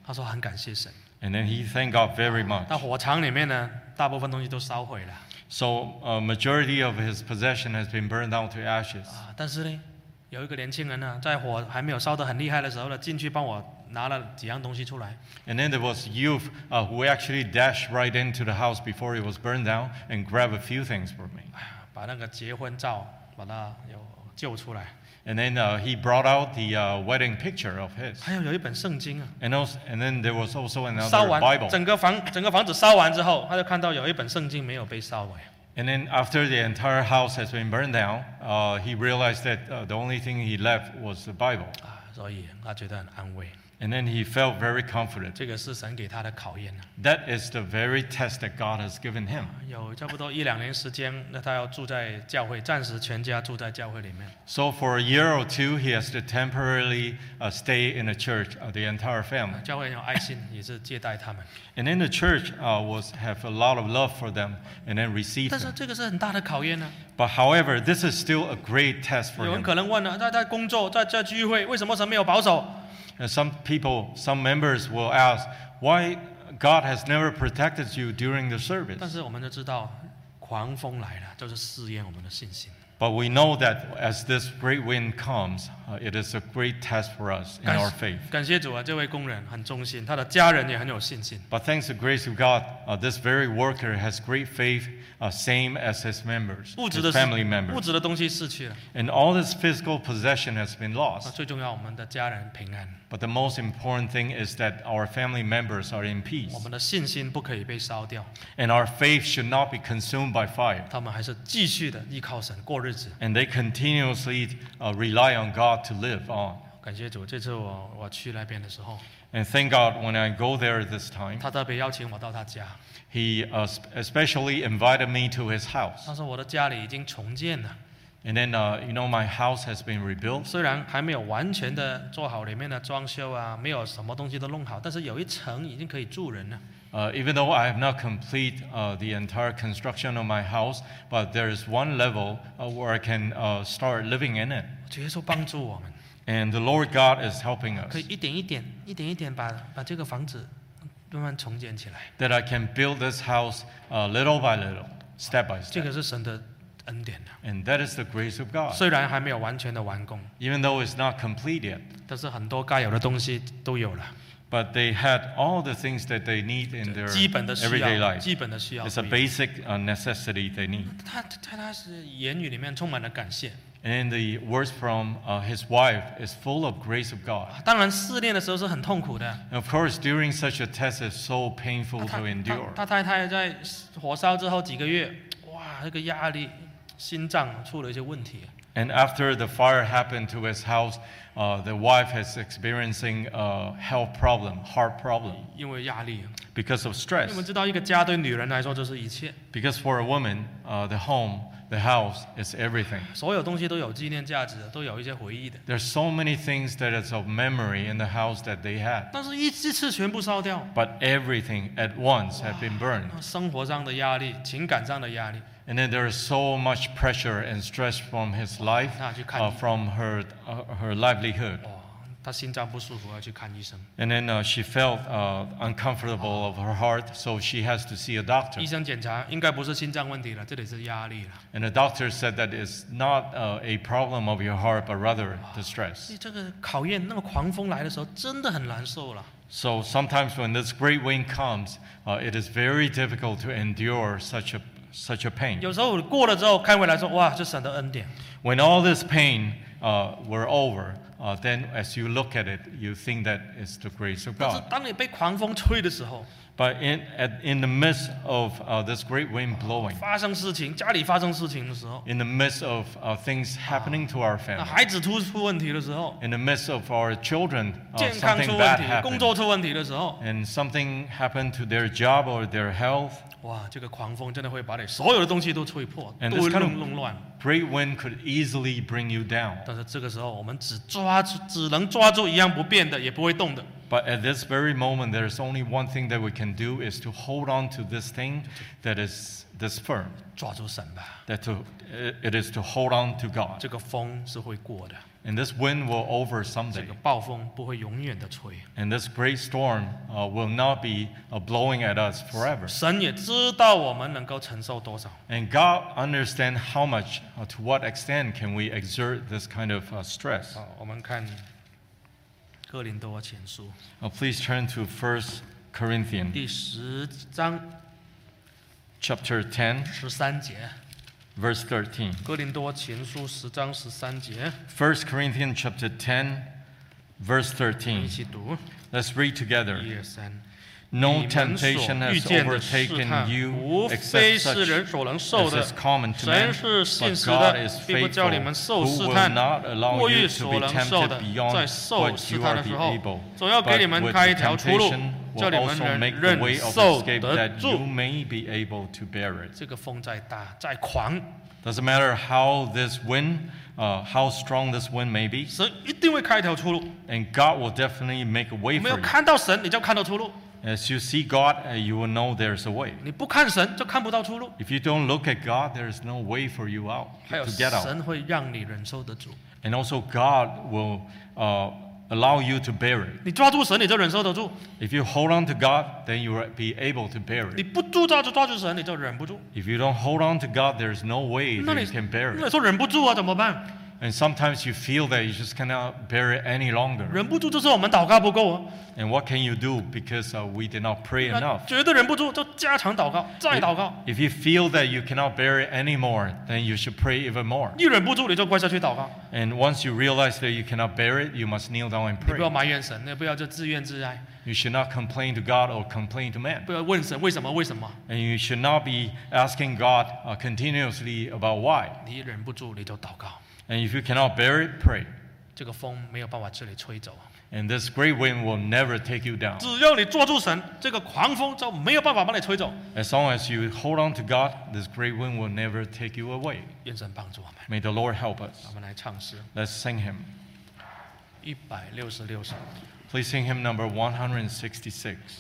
他说很感谢神。
And then he thanked God very much.
那火场里面呢，大部分东西都烧毁了
So a majority of his possession has been burned down to ashes.
啊，但是呢，有一个年轻人呢，在火还没有烧得很厉害的时候呢，进去帮我拿了几样东西出来，
And then there was youth uh, who actually dashed right into the house before it was burned down and grabbed a few things for me.
哎把那个结婚照把它有救出来，
And then uh, he brought out the uh, wedding picture of his.
还有有一本圣经啊。
And, also, and then there was also
烧
another
完
Bible.
整个房整个房子烧完之后，他就看到有一本圣经没有被烧毁，
And then after the entire house has been burned down, uh, he realized that uh, the only thing he left was the Bible.
啊，所以他觉得很安慰。
And then he felt very confident.
这个是神给他的考验啊。
That is the very test that God has given him.
有差不多一两年时间，那他要住在教会，暂时全家住在教会里面。
So for a year or two, he has to temporarily uh, stay in the church, uh, the entire family.
教会很有爱心，也是接待他们。
And then the church uh, was have a lot of love for them and then receive
但是
them.
这个是很大的考验呢、啊
But however, this is still a great test for
有人
him.
可能问了、在在工作，在在聚会，为什么神没有保守？
And some people, some members will ask, why God has never protected you during the
但
service?
是我们都知道，狂风来了，就是试验我们的信心。
But we know that as this great wind comes, uh, it is a great test for us in
感
our faith.
感谢主啊，这位工人很忠心，他的家人也很有信心。
But thanks to grace of God, uh, this very worker has great faith, uh, same as his members,
物质
his
的
family
物
members.
质的东西失去了，
And all this physical possession has been
那
lost.
最重要，我们的家人平安，
But the most important thing is that our family members are in peace,
我们的信心不可以被烧掉，
and our faith should not be consumed by fire.
他们还是继续的依靠神过日子。
And they continuously uh, rely on God to live on.
感谢主，这次我我去那边的时候，
And thank God when I go there this time,
他特别邀请我到他家，
he uh, sp- especially invited me to his house.
他说我的家里已经重建了，
And then, uh, you know, my house has been rebuilt.
虽然还没有完全的做好里面的装修啊，没有什么东西都弄好，但是有一层已经可以住人了。
Uh, even though I have not complete uh, the entire construction of my house, but there is one level uh, where I can uh, start living in it.
主耶稣帮助我们，
And the Lord God is helping
可
us
以一点一点、一点一点把把这个房子慢慢重建起来，
that I can build this house uh, little by little, step by
这
step.
个是神的恩典啊。
And that is the grace of God.
虽然还没有完全的完工，
Even though it's not complete yet,
但是很多该有的东西都有了，
but they had all the things that they need in their
基本的需
everyday
要，
life.
基本的需要
It's a
都有。
basic uh, necessity they need.
他他他是言语里面充满了感谢。
And the words from uh, his wife is full of grace of God.
当然，试炼的时候是很痛苦的。
Of course, during such a test, it's so
他
painful
他
to endure.
他他太太在火烧之后几个月，哇，那个压力，心脏出了一些问题。
And after the fire happened to his house, uh, the wife is experiencing a health problem, heart problem,
因为压力，
because of
你们
stress.
知道，一个家对女人来说就是一切，
Because for a woman, uh, the home, the house is everything.
所有东西都有纪念价值的，都有一些回忆的。
There's so many things that is of memory in the house that they had,
但是一次次全部烧掉，
but everything at once had been burned.
生活上的压力，情感上的压力，
And then there is so much pressure and stress from his life,
那去看
uh, from her uh, her livelihood.
哇，她心脏不舒服要去看医生，
And then uh, she felt uh, uncomfortable of her heart, so she has to see a doctor.
医生检查应该不是心脏问题了，这里是压力了。
And the doctor said that it's not uh, a problem of your heart, but rather the
所
stress.
以这个考验，那么狂风来的时候，真的很难受了。
So sometimes when this great wind comes, uh, it is very difficult to endure such a such a pain.
有时候过了之后，看回来说，哇，这神的恩典。
When all this pain uh, were over, uh, uh, then as you look at it, you think that it's the grace of
但是
God.
当你被狂风吹的时候，
But in, at, in the midst of uh, this great wind blowing,
发生事情，家里发生事情的时候，
in the midst of uh, things happening to our
那
family,
孩子突出问题的时候，
in the midst of our children, uh,
健康
something
出问
bad
题，工作
happened,
出问题的时候，
and something happened to their job or their health,
哇，这个狂风真的会把你所有的东西都吹破，
And
都会
this kind of-
弄弄乱。
great wind could easily bring you down.
但是这个时候，我们只抓住，只能抓住一样不变的，也不会动的，
But at this very moment, there's only one thing that we can do is to hold on to this thing that is this firm.
抓住神吧。
That to, it is to hold on to
这
God.
个风是会过的，
And this wind will over
这
someday.
个暴风不会永远的吹。
And this great storm uh, will not be uh, blowing at us forever.
神也知道我们能够承受多少，
And God understands how much, uh, to what extent can we exert this kind of uh, stress.
好，我们看哥林多前书
Uh, please turn to 1 Corinthians
第十章
chapter 10,
十三节，
verse 13.
哥林多前书十章十三节，
1 Corinthians chapter 10, verse 13.
一起读
Let's read
一
together.
二三。
No
你们所
temptation
遇
has
见的试
overtaken
探，
you
无非
except
是
such
人所能受
as
的
is common。to
神
man,
是信
but
实
God
的
is，
并不
faithful,
叫你们受试
who will
探
not。allow
过
you
于
to
所
be
能受的
tempted，
在
beyond
受
what
试
you
探
are
的时
be
候
able.
总要给你
But
们
with
开一
the
条出路
temptation，
叫
will
你们
also
能
make the
忍
way of
受
escape
得
that
住
you。may be able to bear it.
这个风再大再狂，
Doesn't matter how this wind, uh, how strong this wind may be,
神一定会开一条出路。
and God will definitely make a way
没有
for you.
看到神，你就看到出路；
As you see God, uh, you will know there's a way.
你不看神，就看不到出路。
If you don't look at God, there is no way for you out
还有
to get out.
神会让你忍受得住，
And also, God will uh, allow you to bear it.
你抓住神，你就忍受得住；
If you hold on to God, then you will be able to bear
你
it.
不住抓住抓住神，你就忍不住。
If you don't hold on to God, there is no way
那
that
你
you can bear
那你
it.
说忍不住啊，怎么办？
And sometimes you feel that you just cannot bear it any longer.
忍不住就是我们祷告不够啊，
And what can you do? Because uh, we did not pray
那
enough.
绝对忍不住就加强祷告，再祷告。
If you feel that you cannot bear it anymore, then you should pray even more.
一忍不住你就跪下去祷告，
And once you realize that you cannot bear it, you must kneel down and
你不要
pray.
埋怨神，也不要就自怨自艾，
You should not complain to God or complain to man.
不要问神为什么为什么。
And you should not be asking God uh, continuously about why.
你一忍不住你就祷告，
And if you cannot bear it, pray.
这个风没有办法这里吹走。啊
And this great wind will never take you down.
只要你抓住神，这个狂风就没有办法把你吹走。
As long as you hold on to God, this great wind will never take you away.
愿神帮助我们，
May the Lord help us.
我们来唱诗
Let's sing him.
一百六十六首。
Please sing hymn number 166.